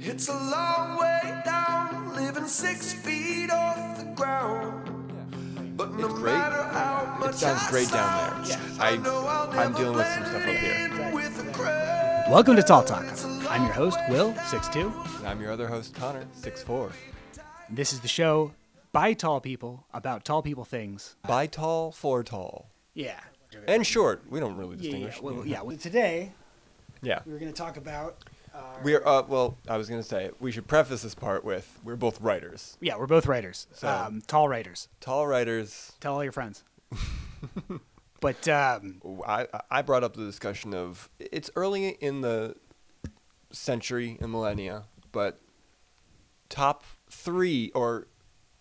It's a long way down, living six feet off the ground. But no great. matter how much It sounds I great down there. slouch, I, know I'll I'm never dealing with some stuff up blend here. in with the crowd. Welcome to Tall Talk. I'm your host, Will, 6'2. And I'm your other host, Connor, 6'4. This is the show by tall people about tall people things. By tall, for tall. Yeah. And short. We don't really Yeah, yeah, distinguish. well, yeah. Well, today, Yeah. we were going to talk about. We're, uh, well, I was going to say, we should preface this part with we're both writers. Yeah, we're both writers, So- um, tall writers. Tall writers. Tell all your friends. but um, I, I brought up the discussion of it's early in the century and millennia, but top three or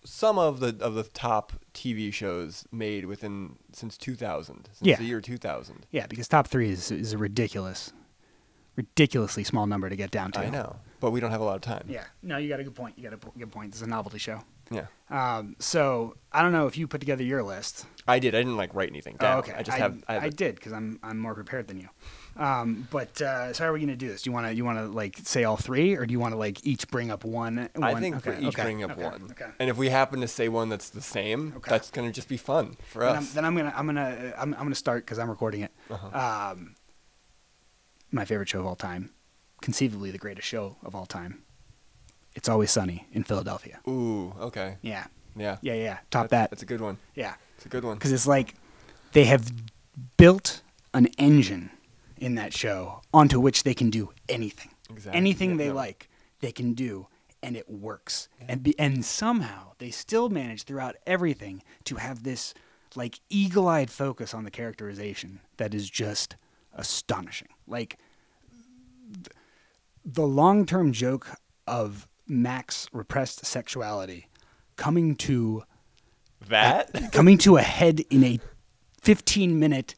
some of the of the top TV shows made within since 2000, since Yeah. the year 2000. yeah, because top three is, is a ridiculous, ridiculously small number to get down to. I know, but we don't have a lot of time. Yeah. No, you got a good point. You got a p- good point. This is a novelty show. yeah. Um, so I don't know if you put together your list. I did. I didn't like write anything down. Oh, okay. I just have. I, have a- did because I'm I'm more prepared than you. Um, but uh, so how are we gonna do this? Do you wanna you wanna like say all three, or do you wanna like each bring up one? I one- think okay, we each okay, bring up okay, one, Okay. and if we happen to say one that's the same, Okay. that's gonna just be fun for Then I'm, us. then I'm gonna I'm gonna I'm, I'm gonna start because I'm recording it. Uh-huh. Um, my favorite show of all time, conceivably the greatest show of all time. It's always sunny in Philadelphia. Ooh. Okay. Yeah, Yeah. yeah, yeah. That's- Top that. That's a good one. yeah. It's a good one. because it's like they have built an engine in that show onto which they can do anything. Exactly. Anything Yeah, they no. like, they can do, and it works. And be, and somehow they still manage throughout everything to have this like eagle-eyed focus on the characterization that is just astonishing. Like the long term joke of Mac's repressed sexuality coming to That? coming to a head in a 15 minute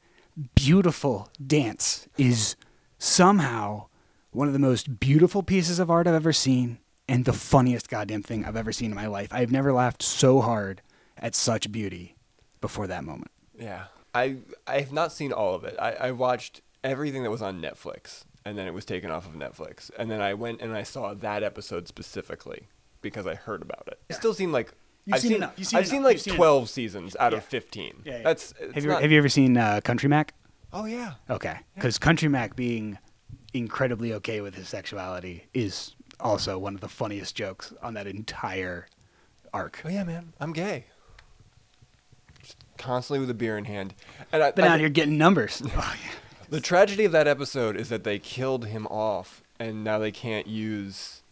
beautiful dance is somehow one of the most beautiful pieces of art I've ever seen and the funniest goddamn thing I've ever seen in my life. I've never laughed so hard at such beauty before that moment. Yeah. I I have not seen all of it. I, I watched everything that was on Netflix and then it was taken off of Netflix. And then I went and I saw that episode specifically because I heard about it. It still seemed like You've I've seen seen, enough. You've seen I've enough. seen like You've seen twelve seasons out of Yeah. fifteen. Yeah, yeah. That's it's have you not- have you ever seen uh, Country Mac? Oh yeah. Okay, because Country Mac being incredibly okay with his sexuality is also one of the funniest jokes on that entire arc. Oh yeah, man. I'm gay. Just constantly with a beer in hand. And I, Been I- out here getting numbers. Oh, yeah. The tragedy of that episode is that they killed him off, and now they can't use.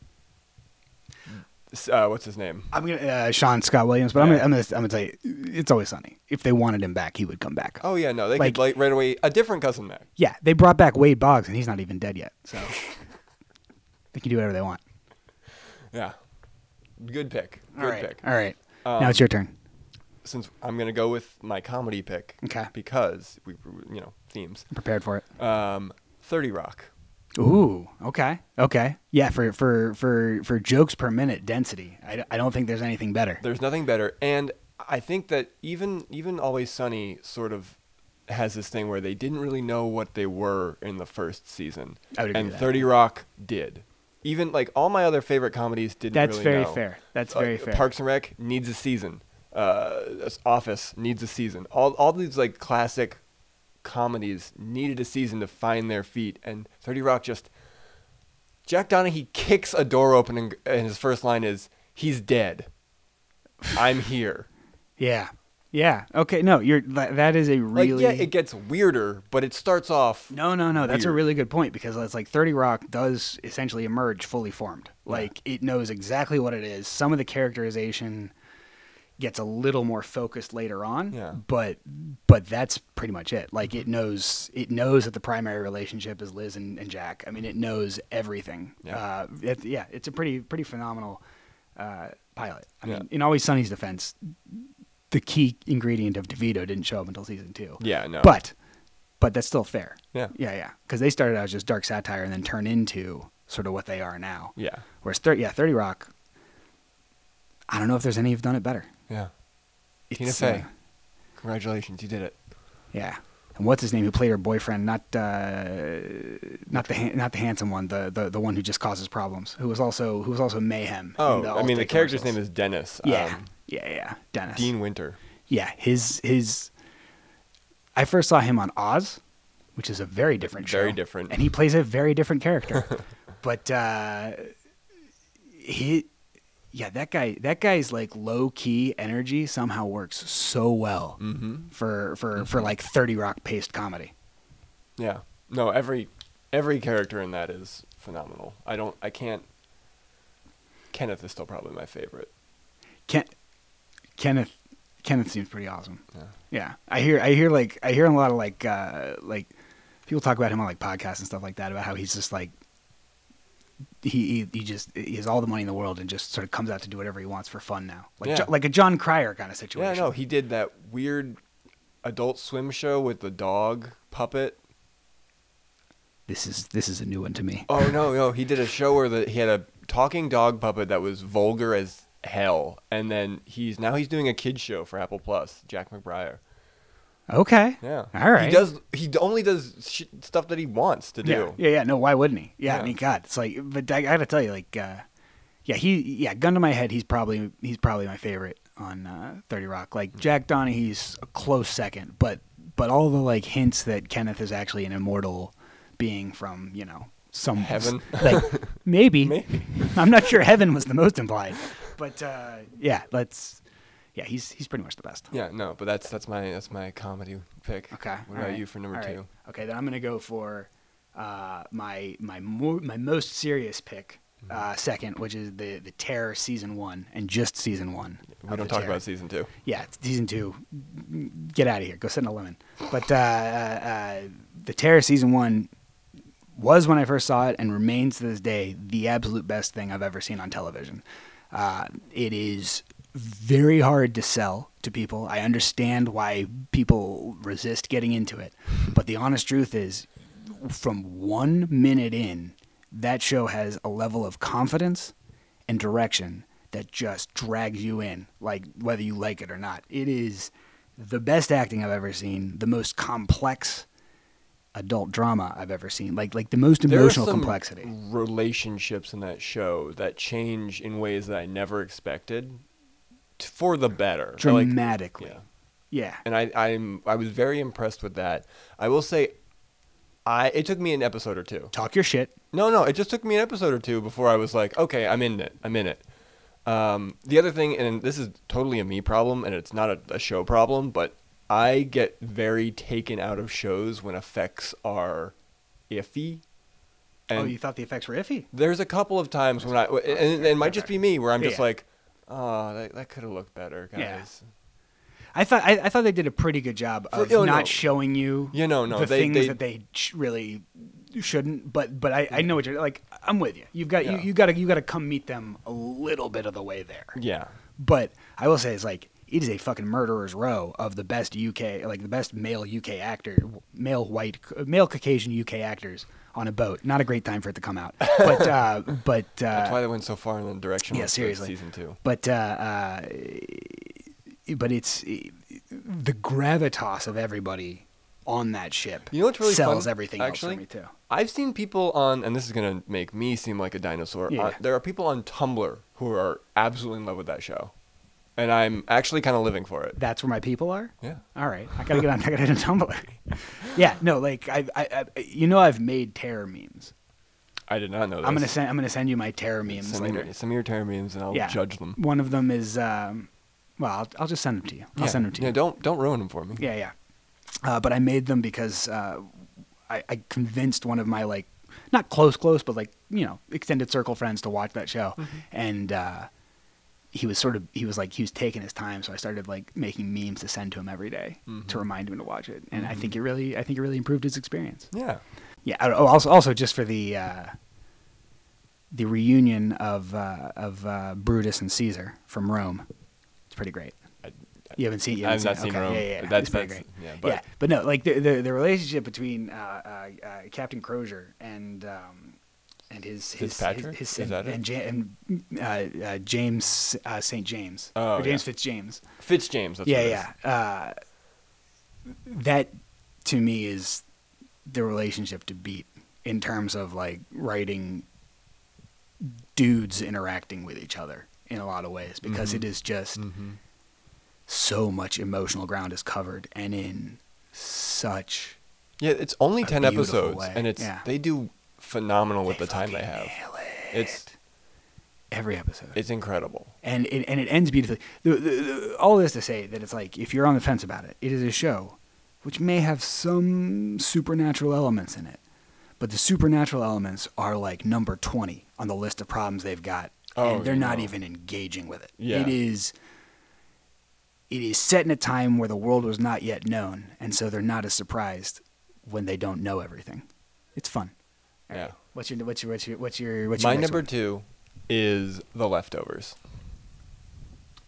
Uh, what's his name? I'm gonna uh, Sean Scott Williams, but I'm Yeah. gonna, I'm gonna I'm gonna tell you, it's always sunny. If they wanted him back, he would come back. Oh yeah, no, they Like- could like right away a different cousin Mac. yeah, they brought back Wade Boggs, and he's not even dead yet. So they can do whatever they want. Yeah, good pick. Good all right, pick. Um, all right. now it's your turn. Since I'm gonna go with my comedy pick. Okay. Because we, we- you know, themes. I'm prepared for it. Um, Thirty Rock. Ooh, okay, okay, yeah. For for for for jokes per minute density, I, I don't think there's anything better. There's nothing better, and I think that even even Always Sunny sort of has this thing where they didn't really know what they were in the first season, I would agree and with that. Thirty Rock did. Even like all my other favorite comedies didn't. That's really very know. Uh, fair. That's Like, very fair. Parks and Rec needs a season. Uh, Office needs a season. All all these like classic comedies needed a season to find their feet, and Thirty Rock just Jack Donaghy kicks a door open, and, and his first line is, "He's dead. I'm here." Yeah, yeah. Okay, no, you're that, that is a really Like, yeah, it gets weirder, but it starts off. No, no, no. That's a Weird. really good point because it's like 30 Rock does essentially emerge fully formed. Like it knows exactly what it is. Some of the characterization gets a little more focused later on, Yeah. Mm-hmm. but but that's pretty much it. Like it knows it knows that the primary relationship is Liz and, and Jack. I mean, it knows everything. Yeah. Uh, it, yeah, it's a pretty pretty phenomenal uh, pilot. I mean, Yeah. in Always Sunny's defense, the key ingredient of DeVito didn't show up until season two. Yeah, no. But but that's still fair. Yeah. Yeah, yeah. Because they started out as just dark satire and then turn into sort of what they are now. yeah, Whereas 30, yeah, 30 Rock, I don't know if there's any who've done it better. yeah. Tina It's, Fey, uh, congratulations, you did it. yeah. and what's his name who played her boyfriend? Not uh, not the han- not the handsome one, the, the the one who just causes problems. Who was also who was also mayhem. in Oh, the I mean, the Allstate character's commercials. name is Dennis. yeah, um, yeah, yeah, Dennis. Dean Winter. Yeah, his his. I first saw him on Oz, which is a very different show. Very different. and he plays a very different character. but uh, he, yeah, that guy, that guy's like low key energy somehow works so well Mhm. for for for like Thirty Rock paced comedy. Yeah. No, every every character in that is phenomenal. I don't. I can't. Kenneth is still probably my favorite. Ken, Kenneth, Kenneth seems pretty awesome. Yeah. Yeah, I hear, I hear, like, I hear a lot of like, uh, like, people talk about him on like podcasts and stuff like that about how he's just like, he he, he just he has all the money in the world and just sort of comes out to do whatever he wants for fun now, like Yeah. Jo- like a John Cryer kind of situation. Yeah, no, he did that weird adult swim show with the dog puppet. this is this is a new one to me. Oh no, no, he did a show where the, he had a talking dog puppet that was vulgar as hell, and then he's now he's doing a kids show for Apple Plus. Jack McBrayer. Okay, Yeah. all right. He does. He d- only does sh- stuff that he wants to Yeah, do. yeah, yeah. No, why wouldn't he? Yeah, I Yeah. mean, God, it's like, but I, I gotta tell you, like, uh, yeah, he, yeah, gun to my head, he's probably, he's probably my favorite on uh, Thirty Rock. Like Mm-hmm. Jack Donaghy's a close second, but, but all the like hints that Kenneth is actually an immortal being from, you know, some Heaven. like maybe. Maybe. I'm not sure heaven was the most implied, but uh, yeah, let's, yeah, he's he's pretty much the best. Yeah, no, but that's that's my that's my comedy pick. Okay. all What about right, you for number all right. two? Okay, then I'm gonna go for uh, my my more, my most serious pick, Mm-hmm. uh, second, which is the the Terror season one and just season one. We of don't The talk Terror. about season two. Yeah, it's season two. Get out of here. Go sit in a lemon. But uh, uh, the Terror season one was when I first saw it and remains to this day the absolute best thing I've ever seen on television. Uh, it is very hard to sell to people. I understand why people resist getting into it, but the honest truth is, from one minute in, that show has a level of confidence and direction that just drags you in, like whether you like it or not. It is the best acting I've ever seen, the most complex adult drama I've ever seen, like like the most There are emotional some complexity. Relationships in that show that change in ways that I never expected, t- for the better. They're like- Dramatically. yeah. yeah. and I, I'm I was very impressed with that. I will say, I it took me an episode or two. Talk your shit. No, no, it just took me an episode or two before I was like, okay, I'm in it. I'm in it. Um, the other thing, and this is totally a me problem, and it's not a, a show problem, but I get very taken out of shows when effects are iffy. And oh, you thought the effects were iffy? there's a couple of times when I, and, and it might just be me, where I'm just Yeah. like, oh, that, that could have looked better, Yeah. guys. I thought I, I thought they did a pretty good job For- of no, not no. showing you, Yeah, no, no, the they- things they- that they sh- really shouldn't. But but I, I know what you're like. I'm with you. You've got Yeah. you, you got to you got to come meet them a little bit of the way there. Yeah. But I will say it's like it is a fucking murderer's row of the best UK, like the best male UK actor, male white, male Caucasian UK actors on a boat. Not a great time for it to come out, but uh, but uh, That's why they went so far in the direction yeah, of the seriously. season two. But uh, uh, but it's the gravitas of everybody on that ship. You know what's really sells fun, everything actually? else for me too. I've seen people on, and this is gonna make me seem like a dinosaur. Yeah. uh, there are people on Tumblr who are absolutely in love with that show, and I'm actually kind of living for it. That's where my people are. Yeah. All right, I gotta get on. I gotta hit a Tumblr. yeah, no, like I, I, I, you know, I've made terror memes. I did not know. This. I'm gonna send. I'm gonna send you my terror memes Oh, send later. me, send me your terror memes, and I'll yeah, judge them. One of them is, um, well, I'll, I'll just send them to you. I'll yeah. send them to yeah, you. Don't don't ruin them for me. Yeah, yeah. Uh, but I made them because uh, I, I convinced one of my like, not close, close, but like you know, extended circle friends to watch that show, and uh, he was sort of he was like he was taking his time, so I started like making memes to send to him every day to remind him to watch it, and I think it really I think it really improved his experience. Yeah. Yeah. I- Oh, also, also just for the uh, the reunion of uh, of uh, Brutus and Caesar from Rome, it's pretty great. I- you haven't seen. You I've haven't not seen okay. Rome, Yeah, yeah, yeah. but It's that's- pretty that's- great. yeah, but- no, like the the, the relationship between uh, uh, uh, Captain Crozier and um, and his his Fitzpatrick? his, Is his that and, it? and, Ja- and uh, uh, James uh, Saint James Oh, or James yeah. Fitz James. Fitz James. That's what it is. yeah, yeah. Uh, that to me is the relationship to Beat in terms of like writing dudes interacting with each other in a lot of ways because it is just so much emotional ground is covered and in such Yeah, it's only A ten beautiful episodes, way, and it's yeah. they do phenomenal with They the time they fucking have. nail it. It's every episode. it's incredible. and it, and it ends beautifully. The, the, the, all this to say that it's like if you're on the fence about it, it is a show which may have some supernatural elements in it, but the supernatural elements are like number twenty on the list of problems they've got, Oh, and they're you not know. even engaging with it. Yeah. It is. It is set in a time where the world was not yet known, and so they're not as surprised when they don't know everything. It's fun. All Yeah. right. What's your what's your what's your what's your what's your My next number one? two is The Leftovers.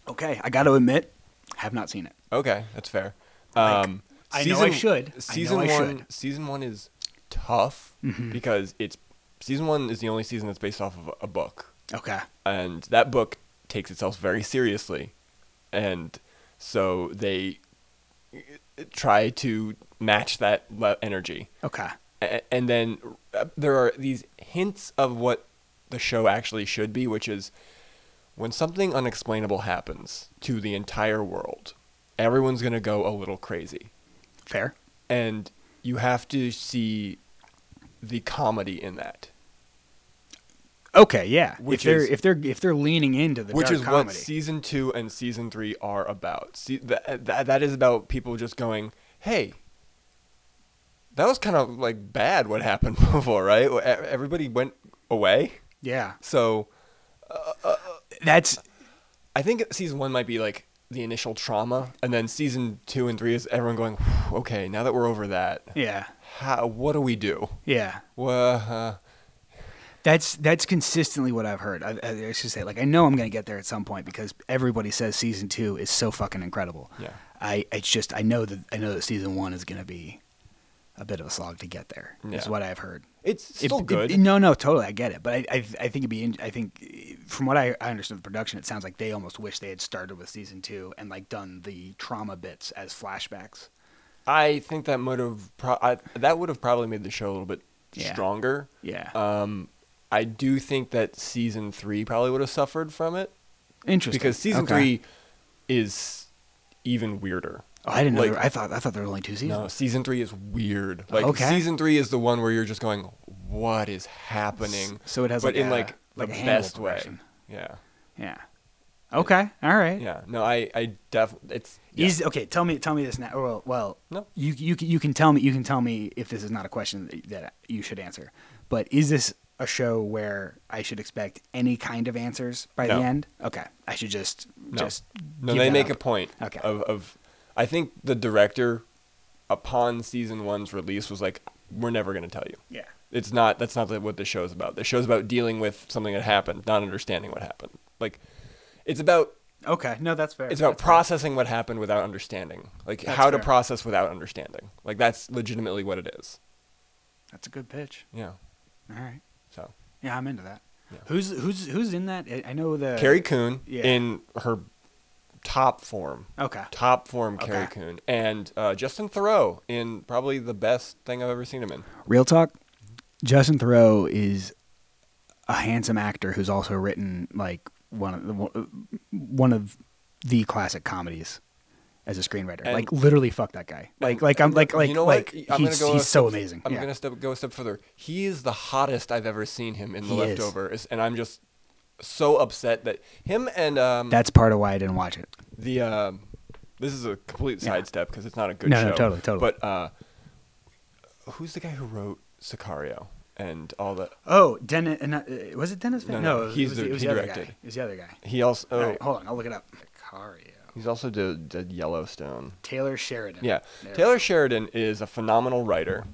Okay, I got to admit, I have not seen it. Okay, that's fair. Like, Um, I know I should. I know Season I one. should. Season one is tough Mhm. because it's season one is the only season that's based off of a book, Okay. and that book takes itself very seriously, and so they eh, try to match that le- energy. Okay. A- and then uh, there are these hints of what the show actually should be, which is when something unexplainable happens to the entire world, everyone's going to go a little crazy. Fair. And you have to see the comedy in that, Okay, yeah. Which if they're is- if they're if they're leaning into the which dark is what comedy. season two and season three are about. See, that, that, that is about people just going, hey, that was kind of like bad what happened before, right? E- Everybody went away. yeah. So That's I think season one might be like the initial trauma, and then season two and three is everyone going, "Whew, okay, now that we're over that, yeah. how, what do we do? Yeah. Well, uh, That's that's consistently what I've heard. I, I, I should say like I know I'm going to get there at some point because everybody says season 2 is so fucking incredible. Yeah. I it's just I know that I know that season 1 is going to be a bit of a slog to get there. Is Yeah. what I've heard. it's It- still it- good. no, no, totally. I get it, but I, I, I think it'd be. In, I think eh, from what I, I understood the production, it sounds like they almost wish they had started with season two and like done the trauma bits as flashbacks. I think that would have pro- I, that would have probably made the show a little bit Yeah. stronger. Yeah, Um, I do think that season three probably would have suffered from it interesting. because season Okay. three is even weirder. Oh, I didn't know. like- there were- I thought I thought there were only two No, seasons. season three is weird. Like Okay. season three is the one where you're just going, "What is happening?" So it has but like in a- like like a the handle best way. progression. Yeah, Yeah. Okay. All right. yeah. No, I, I def. It's yeah. Is okay. Tell me. Tell me this now. Well, well. No. You you can- you can tell me. You can tell me if this is not a question that- that you should answer. But is this a show where I should expect any kind of answers by No. the end? Okay. I should just no. just. no, give they that make a up. point Okay. of of. I think the director, upon season one's release, was like, "We're never going to tell you." Yeah. It's not. That's not what the show's about. The show's about dealing with something that happened, not understanding what happened. Like, it's about Okay. No, that's fair. it's about That's fair. processing what happened without understanding like That's how to fair. process without understanding like that's legitimately what it is That's a good pitch. yeah All right. so Yeah, I'm into that. Yeah. Who's who's who's in that? I- I know the carrie coon Uh, yeah. in her top form Okay. top form Okay. carrie coon and uh, justin thoreau in probably the best thing i've ever seen him in Real talk. Justin Thoreau is a handsome actor who's also written like one of the, one of the classic comedies as a screenwriter. And- like literally, fuck that guy. Like like I'm like like you know like what he's go a he's so step- amazing. i'm Yeah. gonna step, go a step further he is the hottest i've ever seen him in the He is. leftovers and i'm just so upset that him and um, That's part of why I didn't watch it. the um, this is a complete Yeah. sidestep because it's not a good No, show. no, totally, totally. But uh, who's the guy who wrote Sicario and all the? Oh, Dennis. And, uh, was it Dennis? No, Fan- no, it he's was, the- Oh. it was he the other directed. guy. It was the other guy. He also All right, hold on, I'll look it up. Sicario. he's also did, did Yellowstone. Taylor Sheridan. Yeah, There. Taylor Sheridan is a phenomenal writer,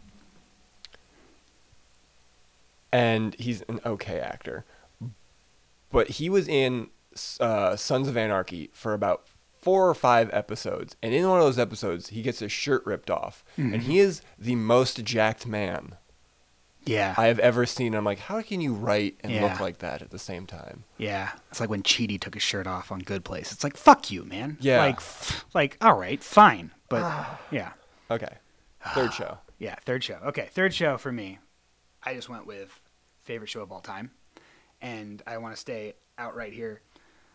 and he's an okay actor. But he was in uh, Sons of Anarchy for about four or five episodes, and in one of those episodes, he gets his shirt ripped off, and he is the most jacked man Yeah. I have ever seen. I'm like, how can you write and Yeah. look like that at the same time? yeah. It's like when Cheaty took his shirt off on Good Place. It's like fuck you, man. Yeah. Like, f- like all right, fine, but yeah. Okay, Third show. Yeah, third show. Okay, third show for me. I just went with favorite show of all time, and I want to stay outright here.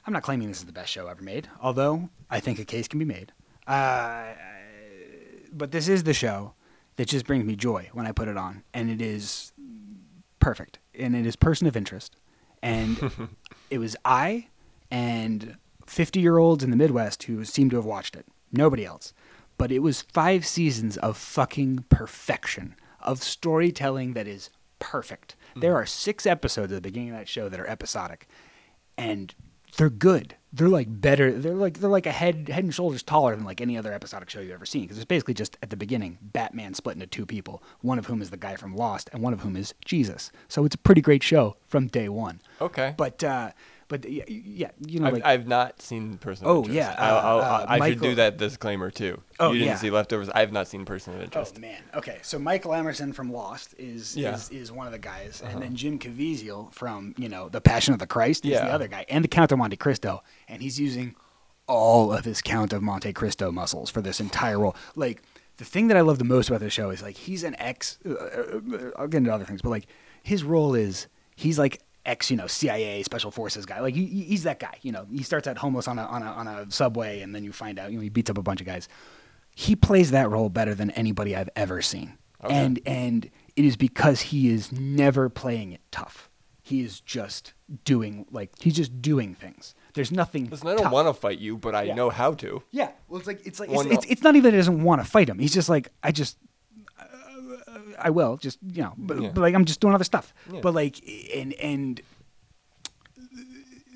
I'm not claiming this is the best show ever made, although I think a case can be made. Uh, but this is the show that just brings me joy when I put it on, and it is perfect, and it is person of interest, and it was I and 50 year olds in the Midwest who seemed to have watched it. Nobody else. But it was five seasons of fucking perfection, of storytelling that is perfect. There are six episodes at the beginning of that show that are episodic, and they're good. They're like better. They're like they're like a head head and shoulders taller than like any other episodic show you've ever seen because it's basically just at the beginning Batman split into two people, one of whom is the guy from Lost and one of whom is Jesus. So it's a pretty great show from day one. Okay. But uh, but y- y- yeah, you know, I've, like I've not seen Person of Oh, Interest. yeah, I'll, uh, I'll, uh, I should Michael- do that disclaimer too. Oh, you didn't yeah. see Leftovers. I have not seen Person of Interest. Oh man. Okay, so Michael Emerson from Lost is Yeah. Uh-huh. is, is one of the guys, and then Jim Caviezel from you know The Passion of the Christ is Yeah. the other guy, and the Count of Monte Cristo, and he's using all of his Count of Monte Cristo muscles for this entire role. Like the thing that I love the most about this show is like he's an ex. uh, uh, I'll get into other things, but like his role is he's like ex you know CIA special forces guy like he, he- he's that guy you know he starts out homeless on a on a on a subway and then you find out you know he beats up a bunch of guys he plays that role better than anybody I've ever seen. Okay. And and it is because he is never playing it tough. He is just doing like he's just doing things. There's nothing. Listen, I don't tough. want to fight you, but I Yeah. know how to. Yeah, well, it's like it's like Well, it's, no. it's, it's not even that he doesn't want to fight him. He's just like I just uh, I will just you know, but, Yeah. but like I'm just doing other stuff. Yeah. But like and and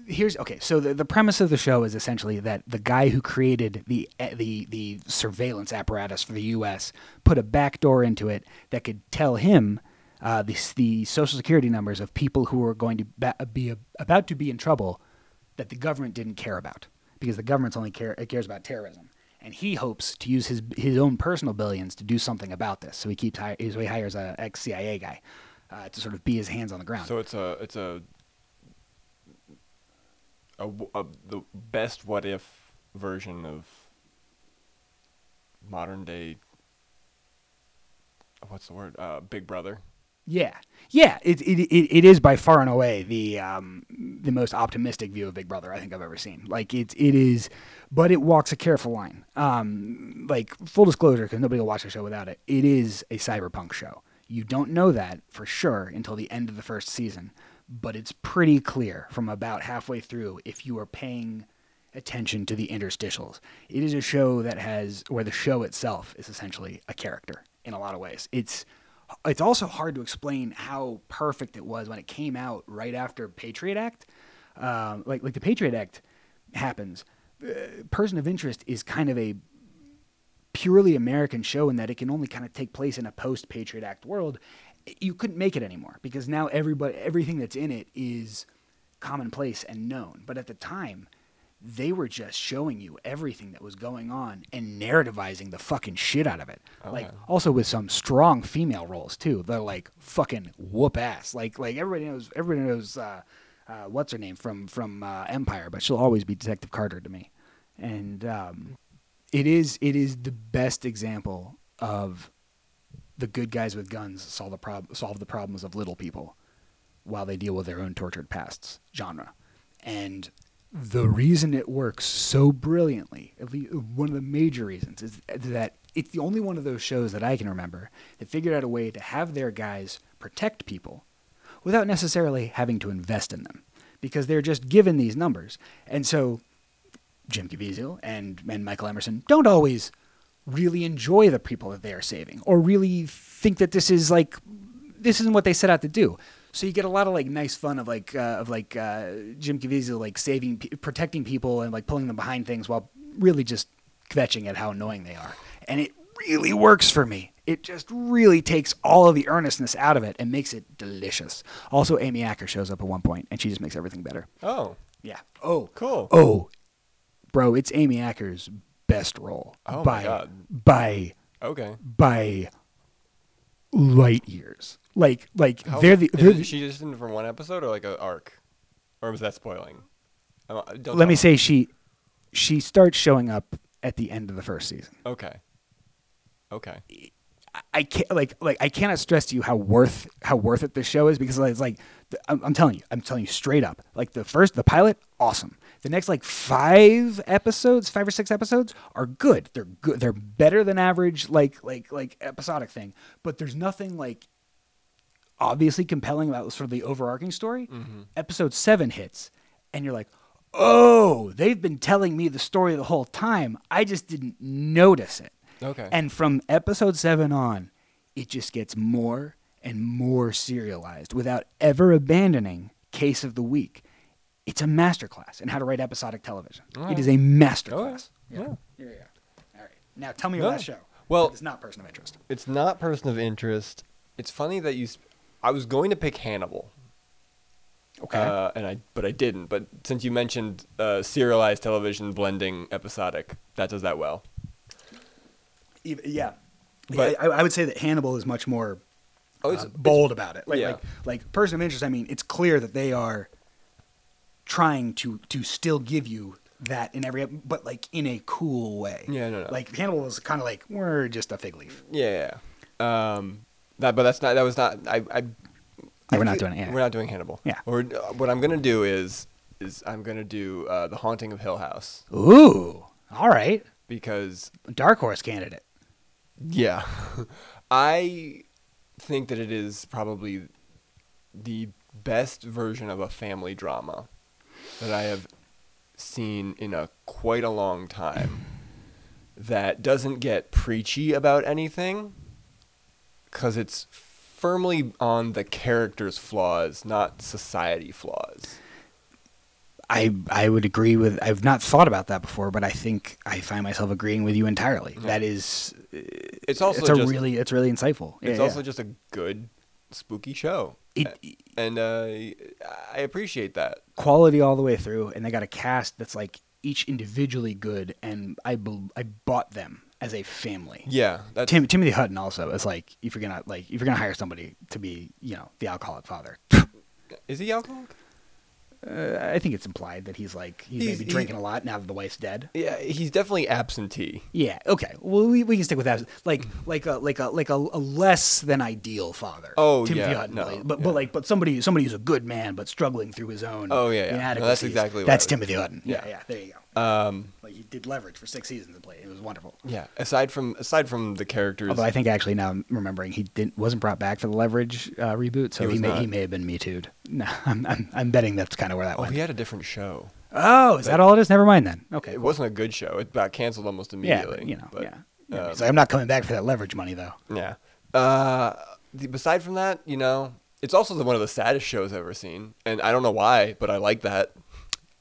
here's okay. So the, the premise of the show is essentially that the guy who created the eh, the the surveillance apparatus for the U.S. put a back door into it that could tell him. Uh, the, s- the social security numbers of people who were going to ba- uh, be about to be in trouble that the government didn't care about because the government's only care it cares about terrorism. And he hopes to use his his own personal billions to do something about this. So he keeps hi- so he hires a ex CIA guy uh, to sort of be his hands on the ground. So it's a it's a, a w- a- the best what if version of modern day. What's the word? Uh, Big Brother. yeah, yeah, it it, it it is by far and away the um, the most optimistic view of Big Brother I think I've ever seen. Like it's it is, but it walks a careful line. Um, like full disclosure, because nobody will watch the show without it. It is a cyberpunk show. You don't know that for sure until the end of the first season, but it's pretty clear from about halfway through if you are paying attention to the interstitials. It is a show that has where the show itself is essentially a character in a lot of ways. It's it's also hard to explain how perfect it was when it came out right after Patriot Act. Um, like like the Patriot Act happens. Uh, Person of interest is kind of a purely American show in that it can only kind of take place in a post Patriot Act world, you couldn't make it anymore because now everybody everything that's in it is commonplace and known. But at the time, they were just showing you everything that was going on and narrativizing the fucking shit out of it. Like also with some strong female roles too. They're like fucking whoop ass. Like like everybody knows everybody knows uh, uh, what's her name from from uh, Empire, but she'll always be Detective Carter to me. And um, it is it is the best example of the good guys with guns solve the prob- solve the problems of little people while they deal with their own tortured pasts genre and the reason it works so brilliantly at least one of the major reasons is that it's the only one of those shows that i can remember that figured out a way to have their guys protect people without necessarily having to invest in them because they're just given these numbers and so Jim Caviezel and, and Michael Emerson don't always really enjoy the people that they are saving or really think that this is like this isn't what they set out to do. So you get a lot of like nice fun of like uh, of like uh, Jim Caviezel like saving pe- protecting people and like pulling them behind things while really just kvetching at how annoying they are. And it really works for me. It just really takes all of the earnestness out of it and makes it delicious. Also, Amy Acker shows up at one point and she just makes everything better. Oh, Yeah. Oh, cool. Oh, bro, it's Amy Acker's best role Oh my by God. by Okay. by light years. Like like How- they're the, is they're it- the- she just in from one episode or like an arc, or was that spoiling? Uh, don't let me tell. say she she starts showing up at the end of the first season. Okay. Okay. I can't like like I cannot stress to you how worth how worth it this show is because like, it's like th- I'm, I'm telling you I'm telling you straight up like the first the pilot awesome the next like five episodes five or six episodes are good they're good they're better than average like like like episodic thing but there's nothing like obviously compelling about sort of the overarching story. Mm-hmm. Episode seven hits, and you're like, oh, they've been telling me the story the whole time. I just didn't notice it. Okay. And from episode seven on, it just gets more and more serialized without ever abandoning Case of the Week. It's a masterclass in how to write episodic television. It is a masterclass. Oh, Yeah. Yeah. Yeah. All right. Now tell me your No. last show. Well- it's not person of interest. It's not person of interest. It's funny that you. Sp- I was going to pick Hannibal, Okay. uh, and I but I didn't. But since you mentioned uh, serialized television blending episodic, that does that well. Ev- yeah. But- I, I would say that Hannibal is much more Oh, uh, bold about it. Like, yeah. like, like person of interest. I mean, it's clear that they are trying to to still give you that in every, ep- but like in a cool way. Yeah, no, no. Like Hannibal was kind of like we're just a fig leaf. yeah. yeah. Um, that but that's not that was not I. I Yeah, I we're not feel- doing it, yeah. We're not doing Hannibal. Yeah. Or uh, what I'm gonna do is is I'm gonna do uh, the Haunting of Hill House Ooh, all right, because dark horse candidate. Yeah. I think that it is probably the best version of a family drama that I have seen in a quite a long time that doesn't get preachy about anything cuz it's firmly on the character's flaws, not society flaws. I I would agree with. I've not thought about that before, but I think I find myself agreeing with you entirely. That is, It's also it's a just really, it's really insightful. Yeah, it's yeah. also just a good spooky show. It- and uh, I appreciate that. quality all the way through, and they got a cast that's like each individually good, and I bel I bought them as a family. Yeah, that's Tim, Timothy Hutton also is like if you're gonna like if you're gonna hire somebody to be you know the alcoholic father, Is he alcoholic? uh, I think it's implied that he's like he's, He's- maybe he- drinking a lot now that the wife's dead. Yeah, he's definitely absentee. Yeah. Okay. Well, we, we can stick with that. Like Mm-hmm. like a like a like a, a less than ideal father. Oh, Timothy yeah, Hutton no, plays- but yeah. but like but somebody somebody who's a good man but struggling through his own. Oh, yeah, yeah. No, that's inadequacies. exactly what I that's was- Timothy Hutton. Yeah. yeah. yeah. There you go. Um, Like he did leverage for six seasons and play. It was wonderful. yeah. Aside from aside from the characters, Although I think actually now I'm remembering he didn't wasn't brought back for the leverage uh, reboot, so He he, was may not. he may have been me too'd. No, I'm, I'm I'm betting that's kind of where that oh, went. he had a different show. Oh, is that all it is? Never mind then. Okay. It cool. wasn't a good show. It got canceled almost yeah, immediately. but, you know, but, yeah. um, He's like, I'm not coming back for that leverage money though. yeah. Uh, the, beside from that, you know, it's also the, one of the saddest shows I've ever seen, and I don't know why, but I like that.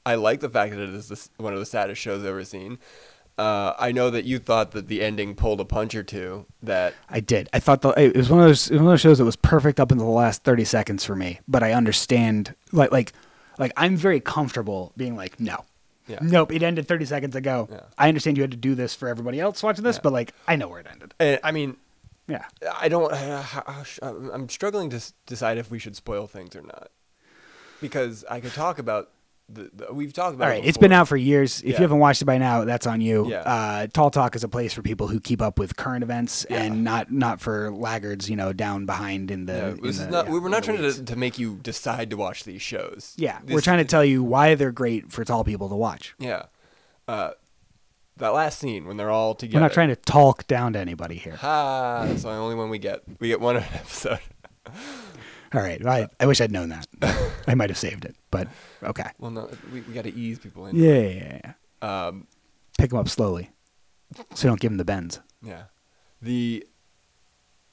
I like the fact that it is this, one of the saddest shows I've ever seen. Uh, I know that you thought that the ending pulled a punch or two. That I did. I thought the, it was one of those it was one of those shows that was perfect up until the last thirty seconds for me. But I understand, like like like I'm very comfortable being like, no, Yeah. nope, it ended thirty seconds ago. Yeah. I understand you had to do this for everybody else watching this, Yeah. but like I know where it ended. and, I mean, Yeah. I don't. Uh, how, how sh- I'm I'm struggling to s- decide if we should spoil things or not, because I could talk about the. the we've talked about. All it right, it's before. been out for years. If Yeah. you haven't watched it by now, that's on you. Yeah. Uh, Tall Talk is a place for people who keep up with current events Yeah. and not not for laggards, you know, down behind in the. Yeah, in this the- is not. yeah, we- we're not in the trying weeds. to, to make you decide to watch these shows. Yeah, This- we're trying to tell you why they're great for tall people to watch. Yeah, uh, that last scene when they're all together. We're not trying to talk down to anybody here. Ha! That's the only one we get. We get one episode. All right. I, I wish I'd known that. I might have saved it, but okay. Well, no, we, we got to ease people in. Yeah, yeah, yeah, yeah. Um, Pick them up slowly so you don't give them the bends. Yeah. The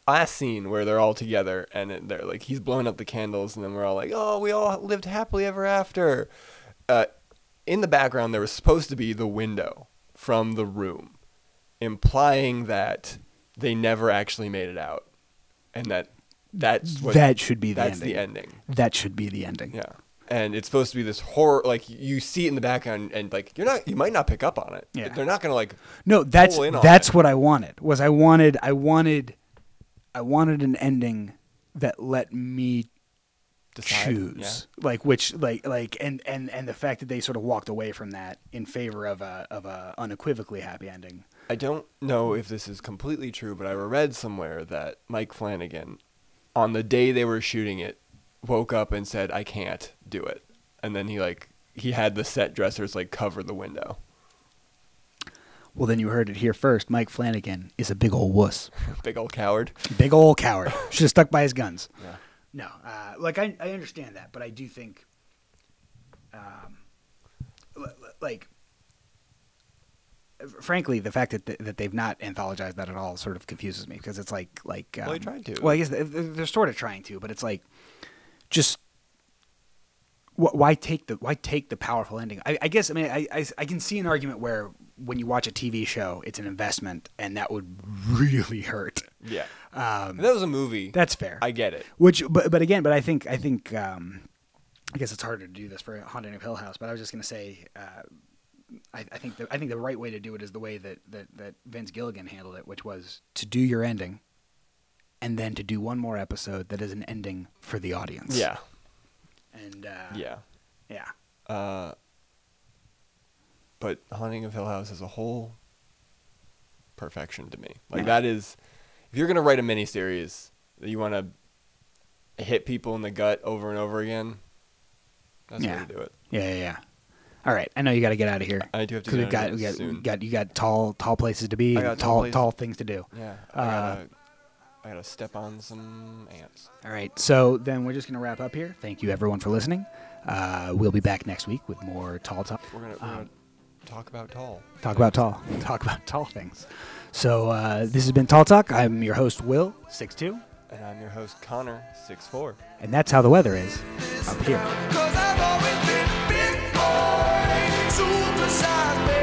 last scene where they're all together and it- they're like, he's blowing up the candles, and then we're all like, oh, we all lived happily ever after. Uh, in the background, there was supposed to be the window from the room, implying that they never actually made it out, and that that's what that should be the that's ending. the ending. That should be the ending. Yeah. And it's supposed to be this horror, like you see it in the background, and like you're not, you might not pick up on it. Yeah. They're not gonna like No, that's in on that's it. what I wanted. Was I wanted I wanted I wanted an ending that let me decide. Yeah. choose like which like like and and and the fact that they sort of walked away from that in favor of a of a unequivocally happy ending I don't know if this is completely true, but I read somewhere that Mike Flanagan, on the day they were shooting it, woke up and said, "I can't do it," and then he like he had the set dressers like cover the window. Well, then you heard it here first. Mike Flanagan is a big old wuss, Big old coward. big old coward. Should have stuck by his guns. Yeah. No, uh, like I, I understand that, but I do think, um, l- l- like, frankly, the fact that th- that they've not anthologized that at all sort of confuses me because it's like like um, Well, they tried to. Well, I guess th- th- they're sort of trying to, but it's like just wh- why take the why take the powerful ending? I, I guess I mean I, I I can see an argument where when you watch a TV show, it's an investment, and that would really hurt. Yeah. Um, If that was a movie. that's fair. I get it. Which, but, but again, but I think I think um, I guess it's harder to do this for Haunting of Hill House. But I was just gonna say, uh, I, I think the, I think the right way to do it is the way that, that that Vince Gilligan handled it, which was to do your ending, and then to do one more episode that is an ending for the audience. Yeah. And uh, Yeah. yeah, Uh, but Haunting of Hill House is a whole perfection to me. Like Yeah. that is, if you're gonna write a miniseries that you want to hit people in the gut over and over again, that's the Yeah. way to do it. yeah, yeah. yeah. All right, I know you got to get out of here. I do have to Because we get out got of we here got we soon. got you got tall tall places to be, I and got tall tall places. tall things to do. Yeah, I Uh, gotta, I gotta step on some ants. All right. So then we're just going to wrap up here. Thank you, everyone, for listening. Uh, we'll be back next week with more tall talk. We're gonna, we're gonna talk about tall. Talk about tall. Talk about tall things. So uh, this has been Tall Talk. I'm your host, Will Six Two, And I'm your host Connor six four. and that's how the weather is up here. Cause I've always been big boy, supersized baby.